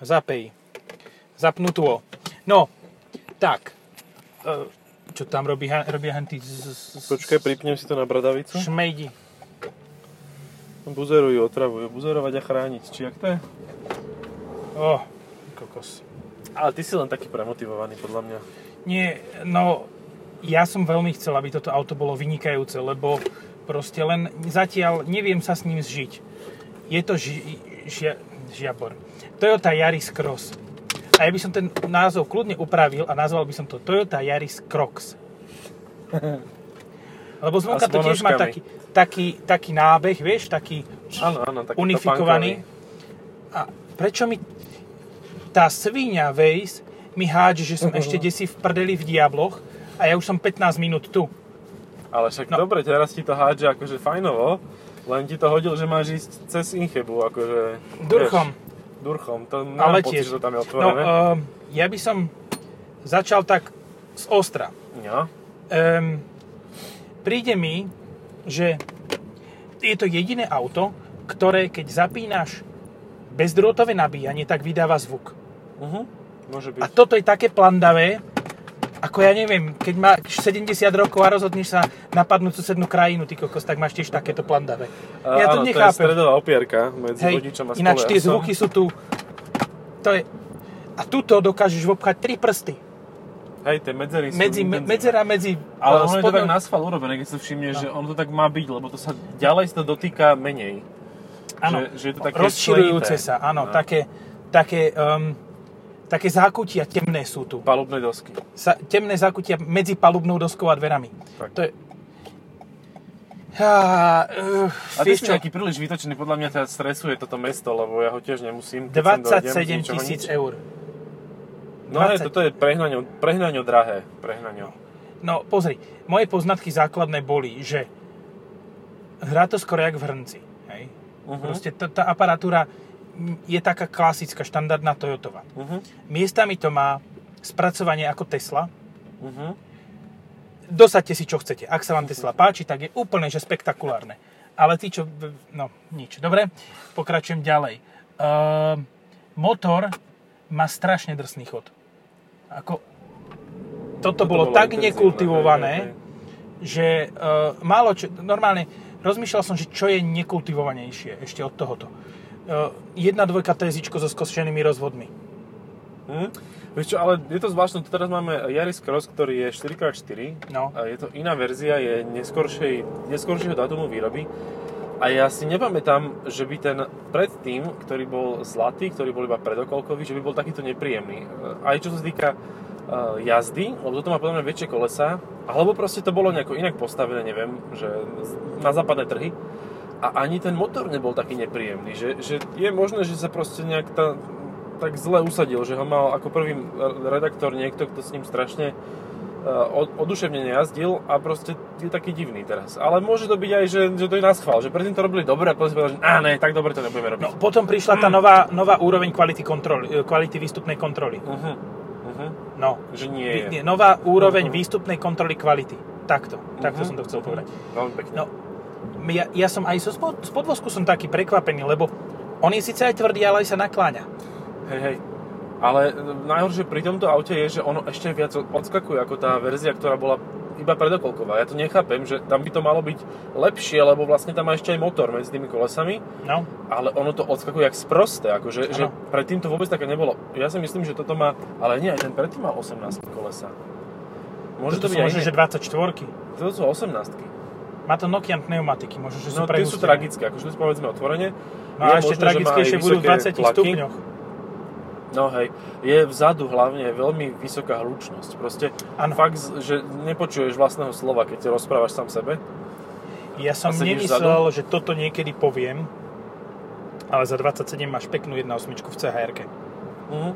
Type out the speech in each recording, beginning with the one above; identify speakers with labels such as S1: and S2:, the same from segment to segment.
S1: Zapej. Zapnutlo. No, tak. E, Čo tam robí, ha- robia henty? z- z- z-
S2: Počkaj, pripnem si to na bradavicu.
S1: Šmejdi.
S2: Buzerujú, otravujú. Buzerovať a chrániť. Či jak to je?
S1: Oh, kokos.
S2: Ale ty si len taký premotivovaný, podľa mňa.
S1: Nie, no, ja som veľmi chcel, aby toto auto bolo vynikajúce, lebo proste len zatiaľ neviem sa s ním zžiť. Je to ži, žia, žiabor. Toyota Yaris Cross. A ja by som ten názov kľudne upravil a nazval by som to Toyota Yaris Crocs. Lebo zvonka
S2: s
S1: to tiež má
S2: ponožkami.
S1: taký, taký, taký nábeh, vieš, taký
S2: Áno, áno, taký
S1: unifikovaný. A prečo mi tá svinia Waze mi hádže, že
S2: Mhm.
S1: som ešte desi v prdeli v Diabloch a ja už som 15 minút tu.
S2: Ale však
S1: No.
S2: no. dobre, teraz ti to hádže akože fajnovo, len ti to hodil, že máš ísť cez Inchebu, akože...
S1: Durchom.
S2: Vieš, Durchom, to
S1: Ale
S2: mám pocit,
S1: tiež.
S2: že to tam je
S1: No,
S2: otvorené.
S1: um, ja by som začal tak z ostra.
S2: No,
S1: Um, príde mi, že je to jediné auto, ktoré keď zapínaš bezdrôtové nabíjanie, tak vydáva zvuk.
S2: uh-huh. Môže byť.
S1: A toto je také plandavé, ako ja neviem, keď máš 70 rokov a rozhodneš sa napadnúť susednú krajinu, ty kokos, tak máš tiež takéto plandavé.
S2: A-
S1: ja to
S2: áno, to je
S1: nechápem.
S2: stredová opierka medzi
S1: Hej,
S2: vodičom a
S1: ináč tie
S2: spolujazdcom.
S1: zvuky sú tu... To je, a tuto dokážeš obchať tri prsty.
S2: Hej, tie medzery sú
S1: Medzi, me,
S2: intenzívne.
S1: medzera medzi
S2: Ale
S1: eh,
S2: ono je to
S1: spodnou-
S2: tak na schvál urobené, keď si všimne, no. že ono to tak má byť, lebo to sa ďalej sa to dotýka menej.
S1: áno,
S2: že- že je to také
S1: rozširujúce
S2: slojité.
S1: sa, áno,
S2: No.
S1: také, také, um, také zákutia temné sú tu.
S2: Palubné dosky.
S1: sa, temné zákutia medzi palubnou doskou a dverami.
S2: Tak.
S1: To je... Ah, uh,
S2: A ty si nejaký príliš vytočený, podľa mňa ťa stresuje toto mesto, lebo ja ho tiež nemusím. keď sem dojdem z
S1: 27
S2: ničoho
S1: tisíc
S2: nič.
S1: eur.
S2: No hej,
S1: 20.
S2: toto je prehnaňo, prehnaňo drahé. Prehnaňo.
S1: No pozri, moje poznatky základné boli, že hrá to skoro jak v hrnci. Hej?
S2: Mhm.
S1: Proste tá, tá aparatúra mm, je taká klasická, štandardná Toyotova.
S2: Uh-huh.
S1: Miestami to má spracovanie ako Tesla.
S2: Uh-huh.
S1: Dosaďte si, čo chcete. Ak sa vám Tesla páči, tak je úplne, že spektakulárne. Ale tí, čo... No, nič. Dobre, pokračujem ďalej. Ehm, motor má strašne drsný chod. Ako... Toto, bolo, tak nekultivované, že uh, málo čo... Normálne, rozmýšľal som, že čo je nekultivovanejšie ešte od tohoto. Uh, jedna dvojka tezičko so skošenými rozvodmi.
S2: Hm? Vieš čo, ale je to zvláštne, tu teraz máme Yaris Cross, ktorý je 4x4,
S1: No.
S2: a je to iná verzia, je neskoršej, neskoršieho datumu výroby a ja si nepamätám, že by ten predtým, ktorý bol zlatý, ktorý bol iba predokolkový, že by bol takýto nepríjemný. E, Aj čo sa týka e, jazdy, lebo toto má podľa mňa väčšie kolesa, alebo proste to bolo nejako inak postavené, neviem, že na západné trhy. A ani ten motor nebol taký nepríjemný, že, že je možné, že sa proste nejak tá, tak zle usadil, že ho mal ako prvý redaktor niekto, kto s ním strašne eh, od- oduševnene jazdil a proste je taký divný teraz. Ale môže to byť aj, že, že to je na schvál, že predtým to robili dobre a potom si povedali, že á, ne, tak dobre to nebudeme robiť.
S1: No, potom prišla tá nová, nová úroveň kvality, kontroly, kvality výstupnej kontroly.
S2: Uh-huh, uh-huh,
S1: No,
S2: že nie
S1: Vy-
S2: je.
S1: nie, nová úroveň
S2: Mhm.
S1: výstupnej kontroly kvality. Takto, takto
S2: Mhm.
S1: som to chcel povedať.
S2: Veľmi pekne.
S1: No, ja, ja som aj zo spod, z podvozku som taký prekvapený, lebo on je síce aj tvrdý, ale aj sa nakláňa.
S2: Hej, hej. Ale e, najhoršie pri tomto aute je, že ono ešte viac odskakuje ako tá verzia, ktorá bola iba predokolková. Ja to nechápem, že tam by to malo byť lepšie, lebo vlastne tam má ešte aj motor medzi tými kolesami,
S1: No,
S2: ale ono to odskakuje jak sprosté, akože že
S1: Áno.
S2: predtým to vôbec také nebolo. Ja si myslím, že toto má, ale nie, aj ten predtým mal 18 kolesa. Môže
S1: to
S2: to, byť
S1: sú
S2: aj
S1: možno,
S2: iné.
S1: že 24
S2: To sú 18
S1: Má to Nokian pneumatiky, možno, že sú
S2: No tie sú
S1: prehustené.
S2: tragické, akože to si povedzme otvorene.
S1: No a ešte
S2: Je možné, že má aj
S1: tragickejšie budú v
S2: vysoké
S1: 20
S2: tlaky.
S1: stupňoch.
S2: No hej, je vzadu hlavne veľmi vysoká hlučnosť. Proste
S1: Áno.
S2: fakt, z- že nepočuješ vlastného slova, keď rozprávaš sám sebe.
S1: Ja som
S2: A sedíš
S1: nemyslel, že toto niekedy poviem, ale za 27 máš peknú 1.8 v chr
S2: Mhm.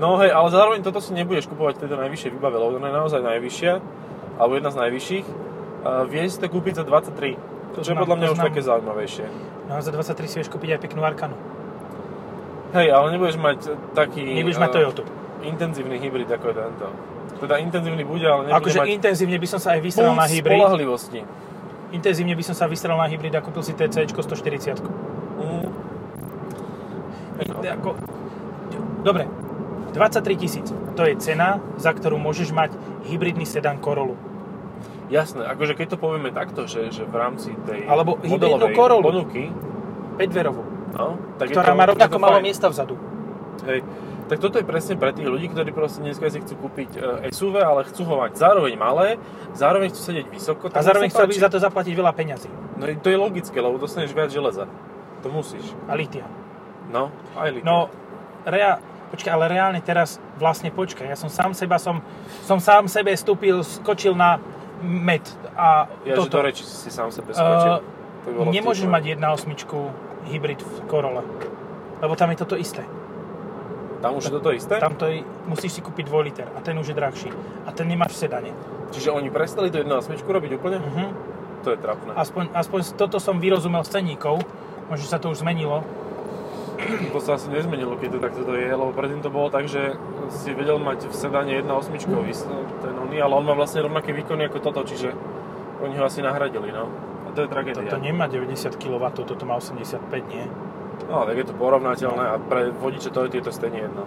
S2: No hej, ale zároveň toto si nebudeš kupovať teda najvyššie výbave, lebo ona je naozaj najvyššia, alebo jedna z najvyšších. Uh, vieš si to kúpiť za 23,
S1: To
S2: čo je
S1: znam,
S2: podľa mňa
S1: to
S2: už
S1: znam.
S2: také zaujímavejšie.
S1: No a za 23 si vieš kúpiť aj peknú Arkanu.
S2: Hej, ale nebudeš mať e, taký
S1: Nebudeš mať
S2: e,
S1: Toyotu.
S2: intenzívny hybrid ako je tento. Teda intenzívny bude, ale nebude
S1: Akože
S2: mať
S1: intenzívne by som sa aj vystral
S2: punc
S1: na hybrid.
S2: spolahlivosti.
S1: Intenzívne
S2: Mhm.
S1: by som sa vystral na hybrid a kúpil si TC 140.
S2: Mm. No,
S1: ako, dobre, 23 tisíc. To je cena, za ktorú môžeš mať hybridný sedan Corolla.
S2: Jasné, akože keď to povieme takto, že, že v rámci tej
S1: Alebo hybridnú
S2: modelovej
S1: Corolu.
S2: ponuky,
S1: 5-dverovú,
S2: no, tak je
S1: ktorá
S2: to,
S1: má
S2: je to
S1: rovnako malo
S2: fajn.
S1: miesta vzadu.
S2: Hej. Tak toto je presne pre tých ľudí, ktorí proste dneska si chcú kúpiť e, SUV, ale chcú ho mať zároveň malé, zároveň chcú sedieť vysoko.
S1: A
S2: tak
S1: zároveň
S2: sa
S1: chcel by
S2: páči.
S1: za to zaplatiť veľa peňazí.
S2: No to je logické, lebo dostaneš viac železa. To musíš.
S1: A litia.
S2: No, aj litre.
S1: No, rea, počkaj, ale reálne teraz vlastne počkaj. Ja som sám seba, som, som sám sebe stúpil, skočil na med a
S2: ja, že
S1: toto.
S2: do reči si sám sebe skočil.
S1: Eh,
S2: to by bolo
S1: Nemôžeš
S2: vtipné.
S1: mať 1.8 hybrid v Corolla. Lebo tam je toto isté.
S2: Tam už je toto isté?
S1: Tam to je, musíš si kúpiť 2 liter a ten už je drahší. A ten nemáš v sedane.
S2: Čiže oni prestali tú 1.8 robiť úplne?
S1: Mhm.
S2: To je trapné.
S1: Aspoň, aspoň toto som vyrozumel z ceníkov. Možno sa to už zmenilo.
S2: To sa asi nezmenilo, keď to takto to je, lebo predtým to bolo tak, že si vedel mať v sedáne 1.8 vys- ten oný, ale on má vlastne rovnaké výkony ako toto, čiže oni ho asi nahradili, no. A to je tragédia.
S1: Toto nemá 90 kW, toto má 85, nie?
S2: No, tak je to porovnateľné a pre vodiče to je to stejne jedno.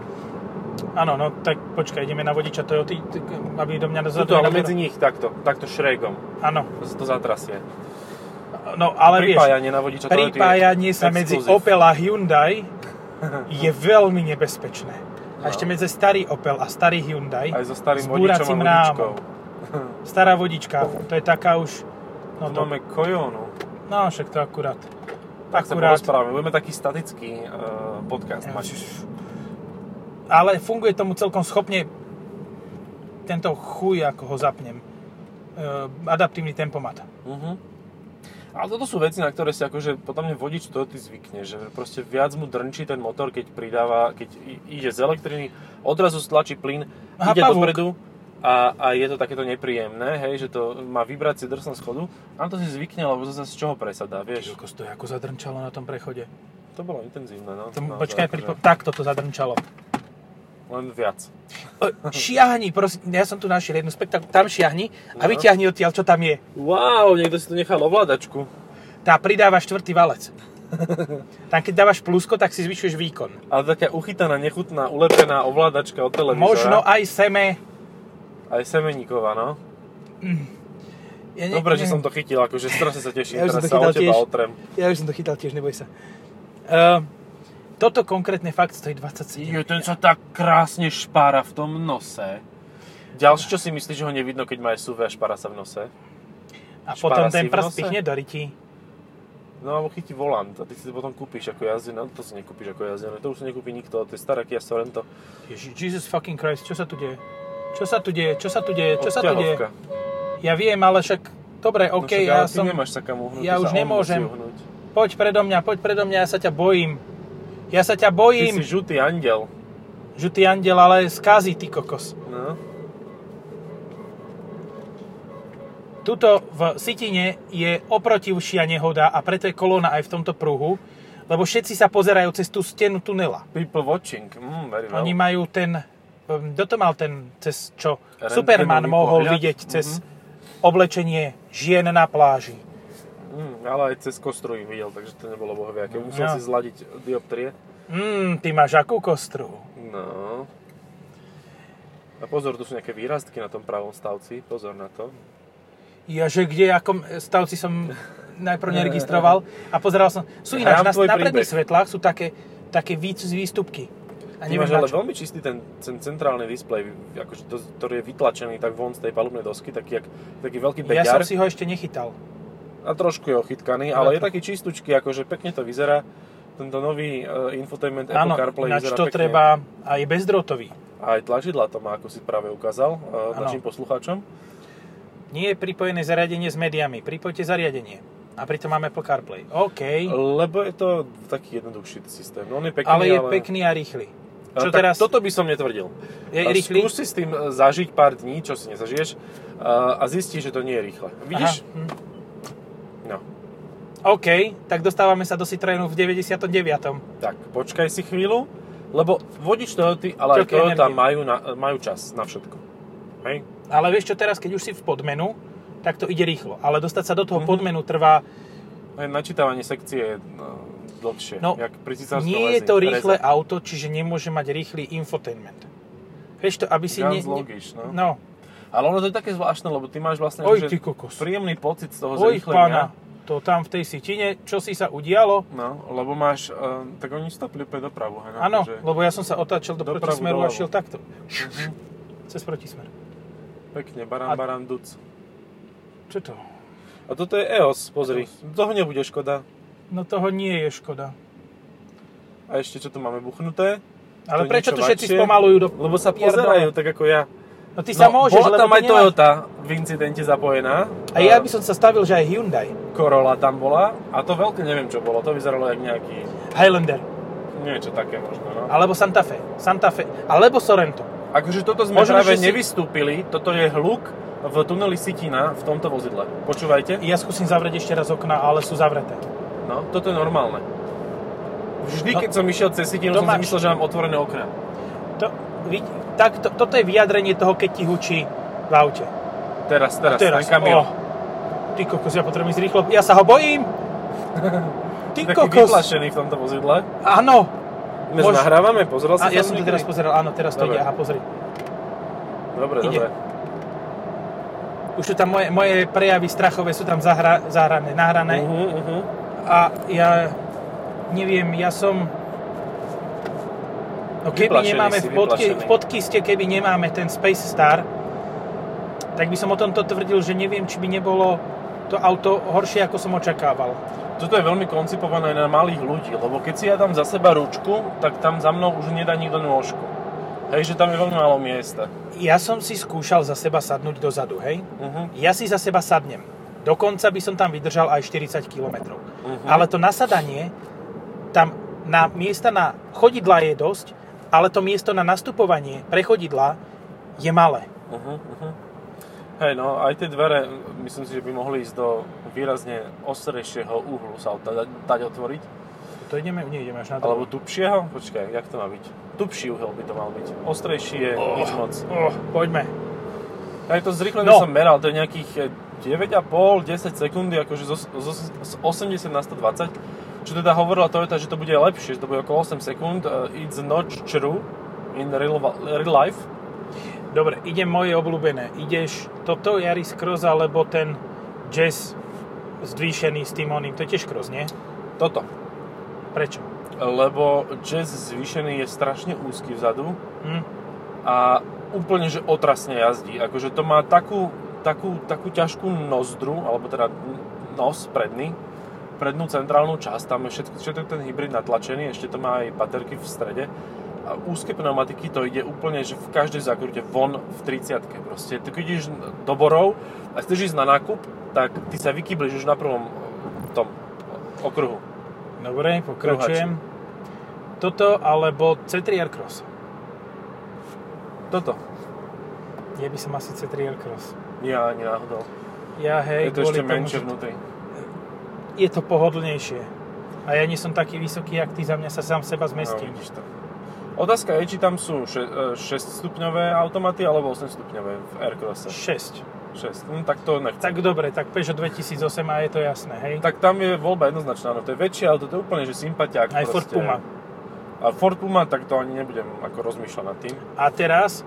S1: Áno, no tak počkaj, ideme na vodiča Toyoty, t- aby do mňa
S2: Toto,
S1: nezadol-
S2: ale medzi nich takto, takto šrégom.
S1: Áno,
S2: To sa to zatrasie.
S1: no ale vieš,
S2: Pripájanie na vodiča to je
S1: pripájanie sa medzi
S2: exkluzív.
S1: Opel a Hyundai je veľmi nebezpečné. A
S2: No.
S1: ešte medzi starý Opel a starý Hyundai,
S2: Aj so starým
S1: s
S2: vodičom a
S1: búracím
S2: vodičkou.
S1: rámom. stará vodička, to je taká už, no
S2: No
S1: to,
S2: Máme Kojónu.
S1: no však to akurát.
S2: Tak sa
S1: Akurát.
S2: porozprávame. Budeme taký statický uh, podcast mať.
S1: Ale funguje tomu celkom schopne tento chuj, ako ho zapnem. Eh, adaptívny tempomat.
S2: Mhm. Ale toto sú veci, na ktoré si akože podľa mňa vodič to ty zvykne, že proste viac mu drnčí ten motor, keď pridáva, keď i- ide z elektriny, odrazu stlačí plyn,
S1: Aha,
S2: ide
S1: pavúk.
S2: dopredu a, a je to takéto nepríjemné, hej, že to má vibrácie drsnú schodu. A to si zvykne, lebo zase z čoho presadá, vieš.
S1: Kokos, to je ako zadrnčalo na tom prechode.
S2: To bolo intenzívne, no.
S1: To,
S2: no
S1: počkaj,
S2: to akože
S1: pripo- takto to zadrnčalo.
S2: Len viac.
S1: O, šiahni, prosím, ja som tu našiel jednu spektakl, tam šiahni a
S2: No.
S1: vyťahni odtiaľ, čo tam je.
S2: Wow, niekto si tu nechal ovládačku.
S1: Tá pridáva štvrtý valec. Tam keď dávaš plusko, tak si zvyšuješ výkon.
S2: Ale taká uchytaná, nechutná, ulepená ovládačka od televízora.
S1: Možno aj seme.
S2: Aj semeníková, no.
S1: Ja ne-
S2: Dobre,
S1: ne-
S2: že som to chytil, akože strašne sa
S1: Ja
S2: teším,
S1: už som to
S2: teraz sa o
S1: chytal
S2: teba
S1: tiež.
S2: otrem.
S1: Ja už som to chytal tiež, neboj sa. Uh, toto konkrétne fakt stojí 27.
S2: Jo, ten sa tak krásne špára v tom nose. Ďalšie, čo si myslíš, že ho nevidno, keď má SUV a špára sa v nose?
S1: A potom
S2: špara si
S1: ten
S2: v
S1: prst
S2: nose?
S1: pichne do ryti.
S2: No alebo chytí volant a ty si to potom kúpiš ako jazdené, no, to si nekúpiš ako jazdené, to už si nekúpi nikto, to je stará Kia Sorento.
S1: Ježi, Jesus fucking Christ, čo sa tu deje? Čo sa tu deje? Čo sa tu deje? Čo sa tu deje?
S2: Obťahovka.
S1: Ja viem, ale však... Dobre,
S2: No
S1: OK,
S2: však,
S1: ja
S2: ale ty
S1: som...
S2: nemáš sa kam uhnúť,
S1: ja už
S2: to sa on musí
S1: nemôžem.
S2: uhnúť.
S1: Poď predo mňa, poď predo mňa, ja sa ťa bojím. Ja sa ťa
S2: Ty
S1: bojím.
S2: si žutý andel.
S1: Žutý andel, ale skazí, ty kokos.
S2: No.
S1: Tuto v Sitine je oprotivšia nehoda a preto je kolóna aj v tomto pruhu, lebo všetci sa pozerajú cez tú stenu tunela.
S2: People watching, mm, very well.
S1: Oni majú ten... hm, Kto to mal ten, cez čo?
S2: Rentgenový
S1: Superman mohol
S2: pohľad? Mhm.
S1: vidieť cez oblečenie žien na pláži.
S2: Mm, ale aj cez kostru ich videl, takže to nebolo bohoviaké. Musel
S1: No.
S2: si zladiť dioptrie.
S1: Mmm, ty máš akú kostru?
S2: No. A pozor, tu sú nejaké výrastky na tom pravom stavci, pozor na to.
S1: Ja, že kde, akom stavci som najprv neregistroval a pozeral som. Sú ináč,
S2: Hrám
S1: na,
S2: tvoj
S1: na predných
S2: príbeh.
S1: svetlách sú také, také výc- výstupky. A
S2: Ty
S1: neviem,
S2: máš
S1: na
S2: ale
S1: čo.
S2: veľmi čistý ten, ten centrálny displej, akože to, ktorý je vytlačený tak von z tej palubnej dosky, taký, jak, taký veľký
S1: Ja som
S2: beďar.
S1: si ho ešte nechytal.
S2: A trošku je ochytkaný,
S1: Áno.
S2: ale je taký čistúčky, akože pekne to vyzerá. Tento nový uh, infotainment Apple
S1: Áno,
S2: CarPlay
S1: na
S2: vyzerá
S1: čo
S2: pekne.
S1: treba a je bezdrotový.
S2: A aj tlačidla to má, ako si práve ukázal uh,
S1: Áno.
S2: našim poslucháčom.
S1: Nie je pripojené zariadenie s médiami. Pripojte zariadenie. A pritom máme Apple CarPlay. OK,
S2: Lebo je to taký jednoduchší systém. No, On je pekný,
S1: ale
S2: ale
S1: je pekný a rýchly.
S2: A
S1: Čo
S2: tak
S1: teraz?
S2: Toto by som netvrdil.
S1: Je
S2: A
S1: rýchly?
S2: Skús si s tým e, zažiť pár dní, čo si nezažiješ e, a, a zistíš, že to nie je rýchle. Vidíš?
S1: Aha. hm.
S2: No.
S1: OK, tak dostávame sa do Citroenu v 99.
S2: Tak, počkaj si chvíľu, lebo vodič Toyoty, ale aj
S1: Toľko
S2: Toyota
S1: energie.
S2: majú, na, e, majú čas na všetko. Hej?
S1: Ale vieš čo teraz, keď už si v podmenu, tak to ide rýchlo. Ale dostať sa do toho
S2: Mhm.
S1: podmenu trvá
S2: Aj načítavanie sekcie e, dlhšie.
S1: No,
S2: jak pri cisárskom
S1: Nie je
S2: väzni.
S1: to rýchle
S2: Reza.
S1: auto, čiže nemôže mať rýchly infotainment. Vieš to, aby si...
S2: Guns Logish, no.
S1: No,
S2: Ale ono to je také zvláštne, lebo ty máš vlastne
S1: Oj,
S2: že
S1: ty kokos.
S2: príjemný pocit z toho
S1: oj
S2: zrýchlenia.
S1: pána, to tam v tej sitine, čo si sa udialo,
S2: No, lebo máš, uh, tak oni stopili úplne dopravu, hej,
S1: Áno,
S2: akože
S1: lebo ja som sa otáčal do
S2: Dopravu
S1: protismeru a
S2: doľavo.
S1: šiel takto.
S2: Mhm.
S1: Cez protismer.
S2: pekne, barán,
S1: A-
S2: barán, duc.
S1: Čo to?
S2: A toto je EOS, pozri, toho nebude škoda.
S1: No toho nie je škoda.
S2: A ešte čo tu máme buchnuté?
S1: Ale
S2: To je
S1: prečo
S2: niečo
S1: tu všetci
S2: ľahšie?
S1: spomalujú do...
S2: Lebo sa
S1: Pierdole.
S2: pozerajú, tak ako ja.
S1: No ty sa môžeš,
S2: bola
S1: lebo
S2: tam
S1: to
S2: aj
S1: nemá-
S2: Toyota v incidente zapojená.
S1: A ja by som sa stavil, že aj Hyundai.
S2: Corolla tam bola a to veľké neviem čo bolo, to vyzeralo jak nejaký
S1: Highlander.
S2: niečo také možno. No.
S1: Alebo Santa Fe. Santa Fe. Alebo Sorento.
S2: Akože toto sme
S1: Možno,
S2: Možno, práve
S1: že si-
S2: nevystúpili, toto je hluk v tuneli Sitina v tomto vozidle. Počúvajte?
S1: Ja skúsim zavrieť ešte raz okna, ale sú zavreté.
S2: No, toto je normálne. Vždy,
S1: No,
S2: keď som išiel cez Sitinu,
S1: to
S2: som si
S1: máš-
S2: myslel, že mám otvorené okna.
S1: To, vid, tak, to, toto je vyjadrenie toho, keď ti hučí v aute.
S2: Teraz, teraz,
S1: Teraz,
S2: ten kamión.
S1: oh. Ty kokos, ja potrebujem ísť rýchlo. Ja sa ho bojím. Ty
S2: Taký
S1: kokos.
S2: vyplašený v tomto vozidle.
S1: Áno.
S2: My
S1: Mož-
S2: Mož... nahrávame, pozeral
S1: A
S2: si
S1: ja
S2: tam
S1: som to
S2: niekedy?
S1: teraz pozeral, áno, teraz to
S2: Dobre.
S1: ide, aha, pozri.
S2: Dobre,
S1: Ide.
S2: dobre.
S1: Už sú tam moje, moje prejavy strachové, sú tam zahra, zahrané, nahrané.
S2: Uhu, uhu.
S1: A ja neviem, ja som... No keby
S2: Vyplašený
S1: nemáme
S2: si,
S1: v, podke,
S2: vyplašený.
S1: v podkiste, keby nemáme ten Space Star, tak by som o tomto tvrdil, že neviem, či by nebolo to auto horšie, ako som očakával.
S2: Toto je veľmi koncipované na malých ľudí, lebo keď si ja dám za seba ručku, tak tam za mnou už nedá nikto nôžku. Hej, že tam je veľmi málo miesta.
S1: Ja som si skúšal za seba sadnúť dozadu, hej?
S2: Uh-huh.
S1: Ja si za seba sadnem. Dokonca by som tam vydržal aj 40 km.
S2: Mhm.
S1: Ale to nasadanie, tam na miesta na chodidla je dosť, ale to miesto na nastupovanie pre chodidla je malé.
S2: Uh-huh, uh-huh. Hej, no aj tie dvere, myslím si, že by mohli ísť do výrazne ostrejšieho uhlu sa da- dať otvoriť.
S1: To ideme, nie, ideme až na
S2: Alebo
S1: druhú.
S2: tupšieho? Počkaj, jak to má byť? Tupší uhel by to mal byť. Ostrejší je
S1: Oh.
S2: nič moc.
S1: Oh, poďme.
S2: Aj to zrýchlenie
S1: No.
S2: som meral, to je nejakých eh, 9,5-10 sekundy, akože zo, zo, z 80 na 120. Čo teda hovorila Toyota, že to bude lepšie, že to bude okolo 8 sekúnd. eh, It's not true in real, real life.
S1: Dobre, ide moje obľúbené. Ideš toto Yaris Cross alebo ten Jazz zvýšený s tým oným. To je tiež Cross, nie?
S2: Toto.
S1: Prečo?
S2: Lebo jazz zvýšený je strašne úzky vzadu
S1: Hm?
S2: a úplne, že otrasne jazdí. Akože to má takú, takú, takú ťažkú nozdru, alebo teda nos predný, prednú centrálnu časť, tam je všetko, všetko ten hybrid natlačený, ešte to má aj baterky v strede. A úzke pneumatiky to ide úplne, že v každej zákrute von v 30 proste. Ty keď ideš do borov a chceš ísť na nákup, tak ty sa vykybliš už na prvom eh, tom okruhu.
S1: Dobre, pokračujem. Toto alebo C3R Cross.
S2: Toto.
S1: Ja by som asi C3R Cross.
S2: Nie, ani náhodou.
S1: Ja hej,
S2: je to
S1: kvôli
S2: ešte
S1: tomu,
S2: menšie
S1: že-
S2: vnútri.
S1: je to pohodlnejšie. A ja nie som taký vysoký, jak ty, za mňa sa sám seba zmestím.
S2: No, vidíš to. Otázka je, či tam sú 6-stupňové automaty alebo 8-stupňové v Aircrosse.
S1: 6.
S2: 6. Hm, tak to nechcem.
S1: Tak dobre, tak Peugeot 2008 a je to jasné, hej?
S2: Tak tam je voľba jednoznačná, no to je väčšie auto, to je úplne, že sympatiák.
S1: Aj Ford Puma.
S2: A Ford Puma, tak to ani nebudem ako rozmýšľať nad tým.
S1: A teraz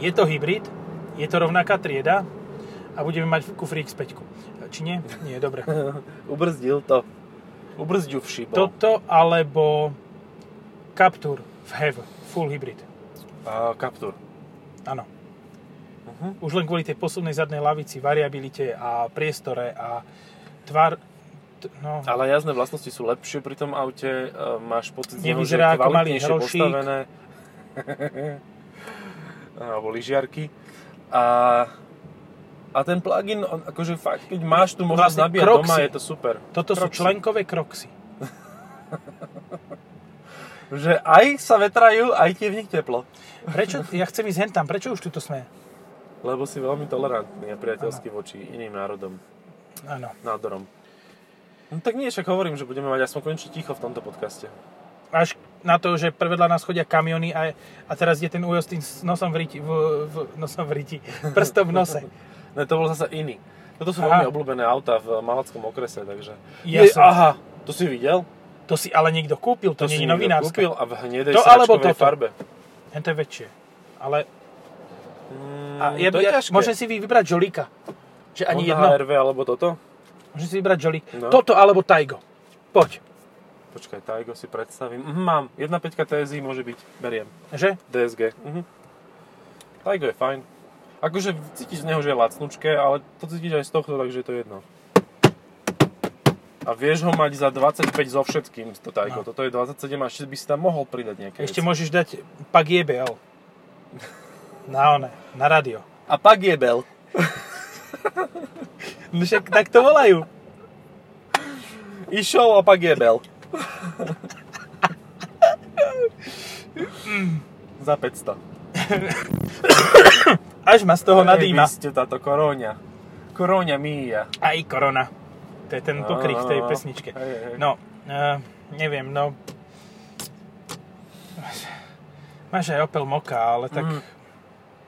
S1: je to hybrid, je to rovnaká trieda a budeme mať v kufri X5. Či nie? Nie, dobre.
S2: Ubrzdil to. Ubrzdil všibol. To...
S1: Toto alebo Captur v HEV, full hybrid.
S2: A, Captur.
S1: Áno.
S2: Mhm.
S1: Už len kvôli tej poslednej zadnej lavici, variabilite a priestore a tvar... T- no,
S2: Ale jazdné vlastnosti sú lepšie pri tom aute, e, máš pocit, z neho, že je
S1: Nevyzerá ako malý
S2: kvalitnejšie
S1: hrošík.
S2: postavené. Alebo lyžiarky. A, a ten plugin, on, akože fakt, keď máš tu možnosť
S1: Vlastne
S2: nabíjať
S1: Croxy.
S2: doma, je to super.
S1: toto sú
S2: Croxy.
S1: členkové kroxy.
S2: Že aj sa vetrajú, aj tie v nich teplo.
S1: Prečo? Ja chcem ísť hentam. Prečo už tuto sme?
S2: Lebo si veľmi tolerantný a priateľský voči iným národom,
S1: Áno.
S2: nádorom. No tak nie, však hovorím, že budeme mať aspoň konečne ticho v tomto podcaste.
S1: Až na to, že prevedľa nás chodia kamiony a, a teraz je ten ujo s tým s nosom v riti, v, v, nosom v riti, prstom v nose.
S2: Ne, to bol zase iný. Toto sú
S1: Aha.
S2: veľmi obľúbené auta v malackom okrese, takže...
S1: Ja som-
S2: Aha, to si videl?
S1: To si ale niekto kúpil, to,
S2: si
S1: nie je
S2: niekto
S1: novinárske.
S2: kúpil a v hnedej
S1: To alebo
S2: sračkovej
S1: toto.
S2: farbe.
S1: Hen to je väčšie. Ale
S2: Mm,
S1: a ja,
S2: to je
S1: ja,
S2: ťažké.
S1: môžem si vy- vybrať žolíka. Že ani jedno.
S2: Honda HRV alebo toto?
S1: Môžem si vybrať žolík.
S2: No.
S1: Toto alebo Taigo. Poď.
S2: Počkaj, Taigo si predstavím. Mhm, mám. 1.5 TSI môže byť. Beriem.
S1: Že?
S2: DSG. Mhm. Taigo je fajn. Akože cítiš z neho, že je lacnučké, ale to cítiš aj z tohto, takže je to jedno. A vieš ho mať za 25 so všetkým, to Taigo.
S1: No.
S2: Toto je 27 a ešte by si tam mohol pridať nejaké
S1: Ešte
S2: veci.
S1: môžeš dať pak JBL. Na one, na radio.
S2: A pak je Bell.
S1: No však tak to volajú.
S2: Išiel a pak je Bell. za 500.
S1: Až ma z toho nadýma.
S2: Vy ste táto koróňa. Koróňa míja.
S1: Aj korona. To je ten pokrýk v tej pesničke.
S2: No, Hej, hej.
S1: No, eh, neviem, no... Máš aj Opel Moka, ale tak...
S2: Mm.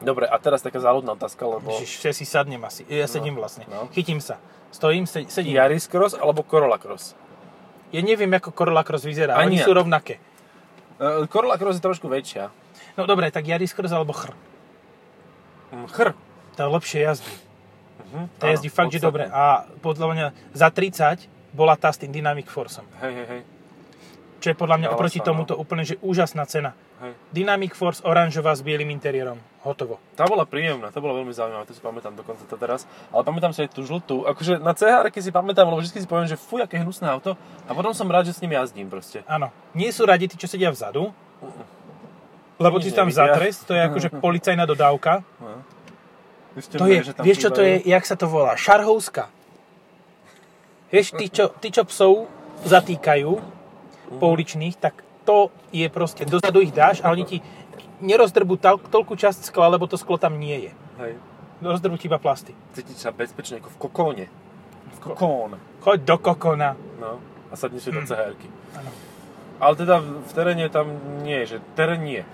S2: Dobre, a teraz taká záľudná otázka, lebo
S1: Ježiš, všetci si sadnem asi. Ja sedím vlastne.
S2: no.
S1: Chytím sa. Stojím, se- sedím. Ja,
S2: Yaris Cross alebo Corolla Cross?
S1: neviem, ako Corolla Cross vyzerá. Oni
S2: Ani ja.
S1: sú rovnaké.
S2: Uh, Corolla Cross je trošku väčšia.
S1: No dobre, tak Yaris Cross alebo Chr.
S2: Mm, Chr.
S1: To je lepšie jazdí.
S2: Mhm,
S1: To jazdí
S2: áno,
S1: fakt, že dobre.
S2: podstatne.
S1: A podľa mňa za 30 bola tá s tým Dynamic Forceom.
S2: Hej, hej, hej.
S1: Čo je podľa mňa
S2: Dala
S1: oproti
S2: sa, no.
S1: tomuto úplne, že úžasná cena.
S2: hej.
S1: Dynamic Force oranžová s bielým interiérom. Hotovo.
S2: Tá bola príjemná, tá bola veľmi zaujímavá, to si pamätám dokonca to teraz. Ale pamätám si aj tú žltú. Akože na CHR si pamätám, lebo vždy si poviem, že fuj, aké hnusné auto. A potom som rád, že s ním jazdím proste.
S1: Áno. Nie sú radi tí, čo sedia vzadu, lebo ty
S2: Nič
S1: si tam
S2: nevidia.
S1: za trest, to je akože policajná dodávka.
S2: No.
S1: To je, vieš čo to je, jak sa to volá? Šarhovská. Vieš, tí čo, tí, čo psov zatýkajú Mhm. pouličných, tak to je proste, dozadu ich dáš a oni ti nerozdrbú tal- toľkú časť skla, lebo to sklo tam nie je.
S2: Hej.
S1: Rozdrbú ti iba plasty.
S2: Cítiš sa bezpečne ako v kokóne. V kokón.
S1: Choď do kokona.
S2: No. A sadneš si do chr
S1: Mm. Áno.
S2: Ale teda v v teréne tam nie, že terén nie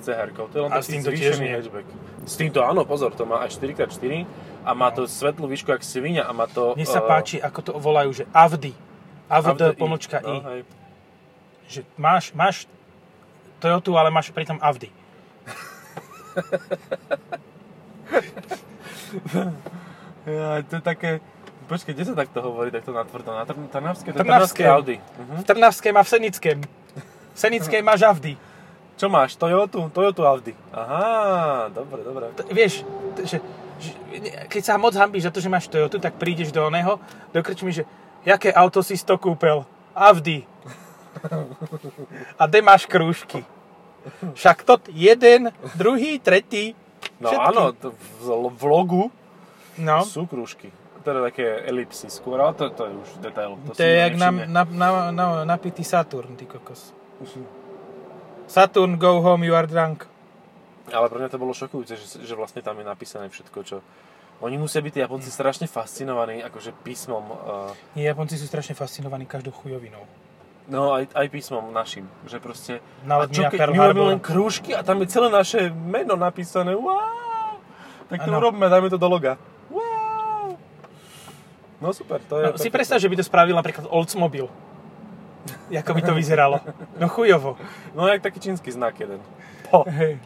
S2: s chr to je len
S1: A s
S2: taký
S1: týmto tiež
S2: zvýšený
S1: nie.
S2: hatchback. S týmto áno, pozor, to má aj 4x4 a má to svetlú výšku jak svinia a má to...
S1: No. Mne sa
S2: eh,
S1: páči, ako to volajú, že AVDI. AVD,
S2: Audi
S1: AVD pomočka
S2: No,
S1: I.
S2: hej.
S1: Že máš, máš Toyotu, ale máš pritom AVDI.
S2: Ja, to je také... Počkej, kde sa takto hovorí, takto natvrdo? Na Trn- Trnavské? To je
S1: Trnavské.
S2: Trnavské Audi. Mhm.
S1: V Trnavskej má v Senickom. V Senickej máš AVDI.
S2: Čo máš? Toyotu? Toyotu Audi. Aha, dobre, dobre.
S1: T- vieš, t- že, že, ne- keď sa moc hambíš za to, že máš Toyotu, tak prídeš do oného, do krčmy, že jaké auto si si to kúpel? Avdy. A kde máš krúžky? Však to t- jeden, druhý, tretí.
S2: No
S1: všetky.
S2: áno, to v v logu
S1: No,
S2: sú krúžky. Teda také elipsy skôr, ale to, to je už detail.
S1: to je jak na, na, na, na, napitý Saturn, ty kokos. Saturn, go home, you are drunk.
S2: Ale pre mňa to bolo šokujúce, že, že vlastne tam je napísané všetko, čo... Oni musia byť, tí Japonci, strašne fascinovaní akože písmom, eh,
S1: Nie, Japonci sú strašne fascinovaní každou chujovinou.
S2: no aj, aj písmom našim, že proste...
S1: Na
S2: a čo
S1: Ledmina
S2: keď
S1: Pearl
S2: my robíme
S1: Harbor.
S2: len krúžky a tam je celé naše meno napísané, wow! Tak to
S1: Áno.
S2: urobme, dajme to do loga. Wow! No super, to je...
S1: No, si
S2: perfektné.
S1: predstav, že by to spravil napríklad Oldsmobile. Ako by to vyzeralo. No chujovo.
S2: No jak taký čínsky znak jeden.
S1: Hej.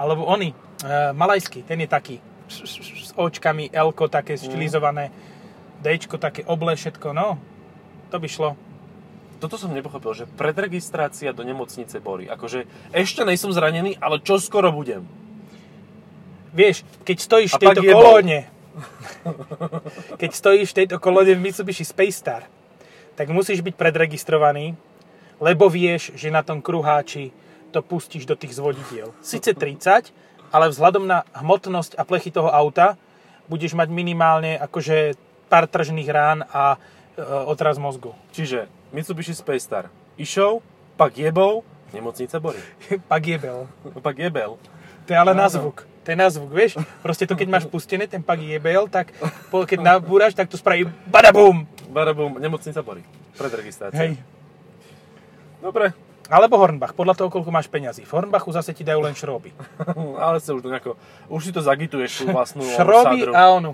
S1: Alebo oni, uh, malajský, ten je taký. S očkami, l také
S2: Mm.
S1: štilizované, d také oblé, všetko, no. To by šlo.
S2: Toto som nepochopil, že predregistrácia do nemocnice Bory. Akože ešte nejsem zranený, ale čo skoro budem.
S1: Vieš, keď stojíš
S2: A
S1: v tejto
S2: pak je bol.
S1: kolóne, keď stojíš v tejto kolóne v Mitsubishi Space Star, tak musíš byť predregistrovaný, lebo vieš, že na tom kruháči to pustíš do tých zvodidiel. Sice 30, ale vzhľadom na hmotnosť a plechy toho auta budeš mať minimálne akože pár tržných rán a e, otraz mozgu.
S2: Čiže Mitsubishi Space Star išou, pak jebou, nemocnica Bory.
S1: Pak jebel.
S2: Pak jebel.
S1: To je
S2: No,
S1: ale na zvuk. To je na zvuk, vieš? Proste to, keď máš pustené, ten pak jebel, tak po- keď nabúraš, tak to spraví badabum.
S2: Barabum, nemocnica Bory. Predregistrácia.
S1: Hej.
S2: Dobre,
S1: Alebo Hornbach, podľa toho, koľko máš peňazí. V Hornbachu zase ti dajú len šroby.
S2: ale sa už to nejako, už si to zagituješ tú vlastnú
S1: šroby
S2: sadru.
S1: a onu.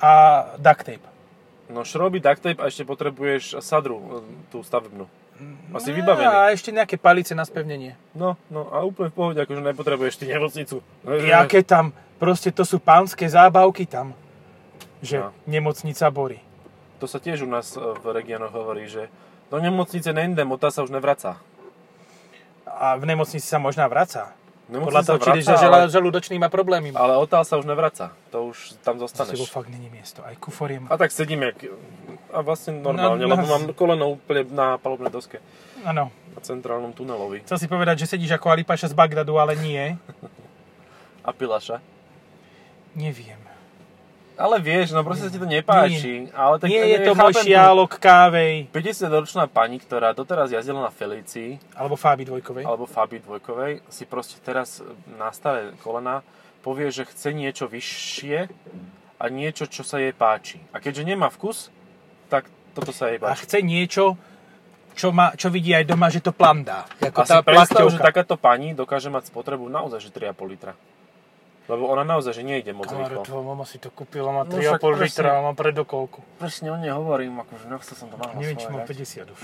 S1: A duct tape.
S2: No šroby, duct tape a ešte potrebuješ sadru, e, tú stavebnú. Asi
S1: No,
S2: vybavený.
S1: A ešte nejaké palice na spevnenie.
S2: No, no a úplne v pohode, akože nepotrebuješ ty nemocnicu.
S1: Jaké tam, proste to sú pánske zábavky tam. Že
S2: No.
S1: nemocnica Bory.
S2: To sa tiež u nás e, v regiónoch hovorí, že do nemocnice nejdem, tá sa už nevracá.
S1: A v nemocnici sa možná vraca.
S2: Nemocnica
S1: Podľa toho, či ideš za žela-
S2: ale,
S1: žalúdočnými problémy.
S2: ale otá sa už nevracá. To už tam
S1: Za sebou
S2: zostaneš.
S1: fakt není miesto. Aj kuforiem.
S2: A tak sedím jak... A vlastne normálne,
S1: Na-
S2: lebo
S1: na-
S2: mám koleno úplne na palobnej doske.
S1: Áno.
S2: Na centrálnom tunelovi.
S1: Chcel si povedať, že sedíš ako Alipaša z Bagdadu, ale nie.
S2: A pilaša.
S1: Neviem.
S2: Ale vieš, no proste sa ti to nepáči. Ale tak
S1: nie je to
S2: chápem
S1: môj
S2: tú-
S1: šialok kávej.
S2: 50-ročná pani, ktorá doteraz jazdila na Felicii,
S1: Alebo Fáby dvojkovej.
S2: alebo Fabi Dvojkovej si proste teraz na staré kolena povie, že chce niečo vyššie a niečo, čo sa jej páči. A keďže nemá vkus, tak toto sa jej
S1: A
S2: páči.
S1: chce niečo, čo, má, čo vidí aj doma, že to plandá. Ako
S2: A si
S1: tá
S2: predstav, že
S1: plakťovka.
S2: takáto pani dokáže mať spotrebu naozaj že 3,5 litra. Lebo ona naozaj, že nejde moc
S1: Kamarát,
S2: rýchlo.
S1: tvoja mama si to kúpila, má
S2: No však
S1: 3,5
S2: presne.
S1: litra, má predokolku.
S2: Presne o nej hovorím, akože nechcel som to mal
S1: Neviem, či má 50 už.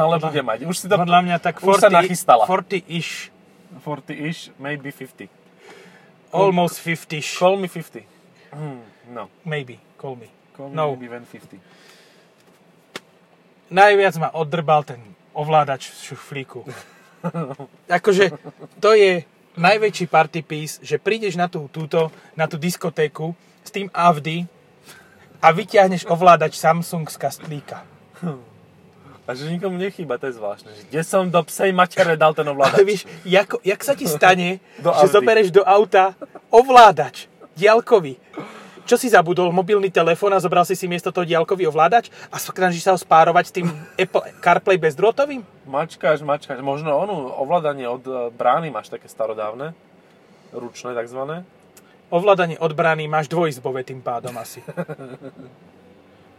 S2: Ale bude mať. Už si to...
S1: Podľa mňa tak
S2: už sa
S1: 40,
S2: nachystala.
S1: 40-ish,
S2: 40-ish, maybe 50.
S1: almost 50-ish,
S2: Call me 50. Hmm, no.
S1: maybe, call me.
S2: Call me
S1: No.
S2: maybe when 50.
S1: Najviac ma oddrbal ten ovládač v šuflíku. akože to je najväčší party piece, že prídeš na tú, túto, na tú diskotéku s tým Avdy a vyťahneš ovládač Samsung z kastlíka.
S2: A že nikomu nechýba, to je zvláštne. Že kde som do psej matere dal ten
S1: Ale
S2: ovládač?
S1: vieš, jako, jak sa ti stane,
S2: Do
S1: že
S2: Audi.
S1: zobereš do auta ovládač diaľkový? Čo si zabudol? Mobilný telefón a zobral si si miesto toho diaľkový ovládač a snažíš sa ho spárovať s tým Apple CarPlay bezdrôtovým?
S2: Mačkáš, mačkáš. Možno onu ovládanie od e, brány máš také starodávne. Ručné takzvané.
S1: Ovládanie od brány máš dvojizbové tým pádom asi.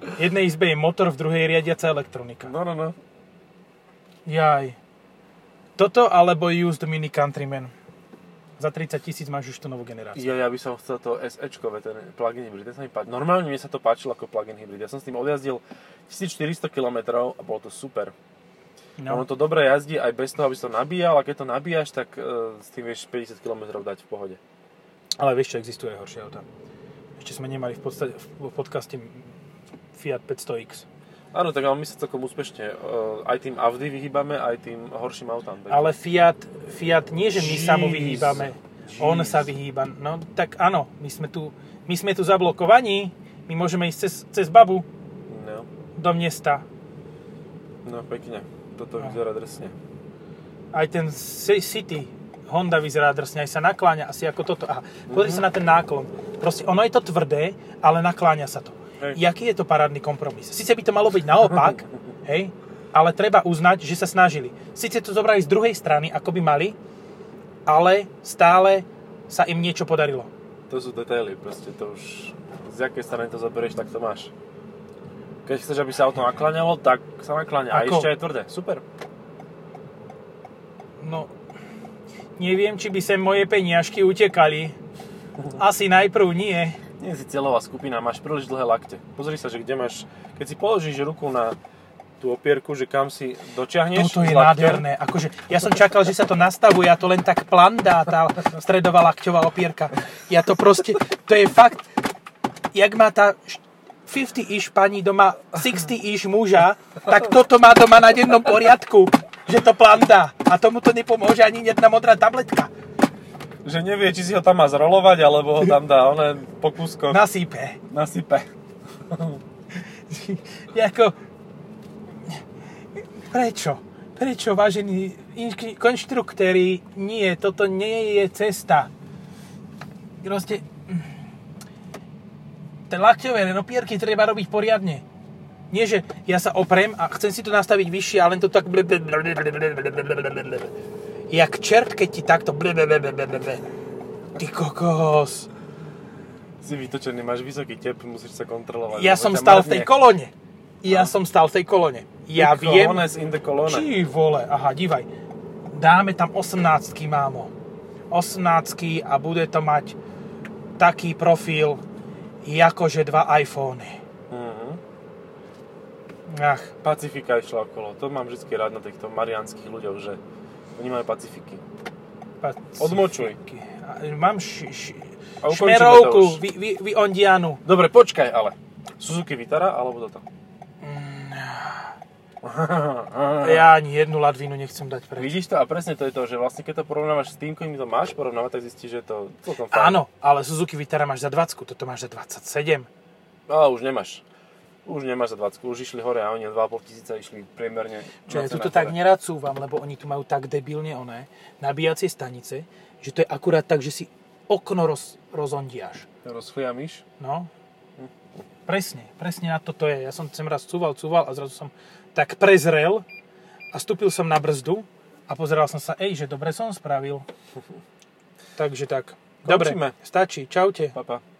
S1: V jednej izbe je motor, v druhej riadiaca elektronika.
S2: No, no, no.
S1: Jaj. Toto alebo used mini countryman. Za 30 tisíc máš už tú novú generáciu.
S2: Ja, ja by som chcel to SEčkové, ten plug-in hybrid. Ten sa mi páči. Normálne mne sa to páčilo ako plug-in hybrid. Ja som s tým odjazdil 1400 km a bolo to super.
S1: No.
S2: Ono to dobre jazdí aj bez toho, aby si to nabíjal a keď to nabíjaš, tak e, s tým vieš 50 km dať v pohode.
S1: Ale vieš čo, existuje aj horšie auta. Ešte sme nemali v, podstate, v v podcaste Fiat 500X.
S2: Áno, tak ale my sa celkom úspešne e, aj tým Avdy vyhýbame, aj tým horším autám. takže-
S1: Ale Fiat, Fiat nie, že my sa mu
S2: Jeez.
S1: vyhýbame. On
S2: Jeez.
S1: sa vyhýba. No tak áno, my sme tu, my sme tu zablokovaní. My môžeme ísť cez, cez babu
S2: No,
S1: do mesta.
S2: no pekne. Toto vyzerá drsne.
S1: Aj ten C- City Honda vyzerá drsne, aj sa nakláňa asi ako toto. Aha, pozri sa na ten náklon. Proste ono je to tvrdé, ale nakláňa sa to.
S2: Hej.
S1: Jaký je to parádny kompromis? Sice by to malo byť naopak, hej, ale treba uznať, že sa snažili. Sice to zobrali z druhej strany, ako by mali, ale stále sa im niečo podarilo.
S2: To sú detaily, proste to už... Z jakej strany to zoberieš, tak to máš. Keď chceš, aby sa auto nakláňalo, tak sa nakláňa. A
S1: Ako?
S2: ešte aj tvrdé. Super.
S1: No, neviem, či by sem moje peniažky utekali. Asi najprv nie.
S2: Nie si cieľová skupina, máš príliš dlhé lakte. Pozri sa, že kde máš... Keď si položíš ruku na tú opierku, že kam si dočiahneš...
S1: Toto je
S2: s lakťom,
S1: nádherné. Akože, ja som čakal, že sa to nastavuje a to len tak plandá tá stredová lakťová opierka. Ja to proste, to je fakt, jak má tá š- 50-ish pani doma 60-ish muža, tak toto má doma na dennom poriadku, že to plandá. A tomu to nepomôže ani jedna modrá tabletka.
S2: Že nevie, či si ho tam má zrolovať, alebo ho tam dá one po kúskoch
S1: Nasype.
S2: nasype.
S1: Jako... Prečo? Prečo, vážení inšk- konštruktéri, nie, toto nie je cesta. Proste... mm, Tie lakťové renopierky treba robiť poriadne. Nie, že ja sa oprem a chcem si to nastaviť vyššie, ale len to tak... Jak čert, keď ti takto... Ty kokos.
S2: Si vytočený, máš vysoký tep, musíš sa kontrolovať.
S1: Ja
S2: lebo
S1: som
S2: ťa
S1: stal v tej
S2: mrdne.
S1: kolone. Ja som stal v tej kolone. Ja viem,
S2: Colones in the colone.
S1: Či vole, aha, dívaj. Dáme tam 18 mámo. 18 a bude to mať taký profil, akože dva iPhony.
S2: Mhm.
S1: Ach,
S2: Pacifika išla okolo. To mám vždy rád na týchto marianských ľuďoch, že oni majú pacifiky.
S1: pacifiky.
S2: Odmočuj.
S1: A- Mám š, š,
S2: A ukončíme to už.
S1: šmerovku, vy, vy, vy ondianu.
S2: Dobre, počkaj ale. Suzuki Vitara alebo toto?
S1: Mm. Ja ani jednu ladvinu nechcem dať preč.
S2: Vidíš to? A presne to je to, že vlastne keď to porovnávaš s tým, ktorým to máš porovnávať, tak zistíš, že je to celkom fajn.
S1: Áno, ale Suzuki Vitara máš za 20, toto máš za 27.
S2: Ale už nemáš. Už nemáš za 20, už išli hore a oni 2,5 tisíca išli priemerne.
S1: Čo ja
S2: na
S1: tu to
S2: cenách
S1: tak
S2: hore.
S1: nerad cúvam, lebo oni tu majú tak debilne oné nabíjacie stanice, že to je akurát tak, že si okno roz, rozondiaš.
S2: Rozchliamiš?
S1: No. Presne, presne na to to je. Ja som sem raz cúval, cúval a zrazu som tak prezrel a stúpil som na brzdu a pozeral som sa, ej, že dobre som spravil. Takže tak. Dobre,
S2: Končíme.
S1: stačí. Čaute.
S2: Papa. Pa.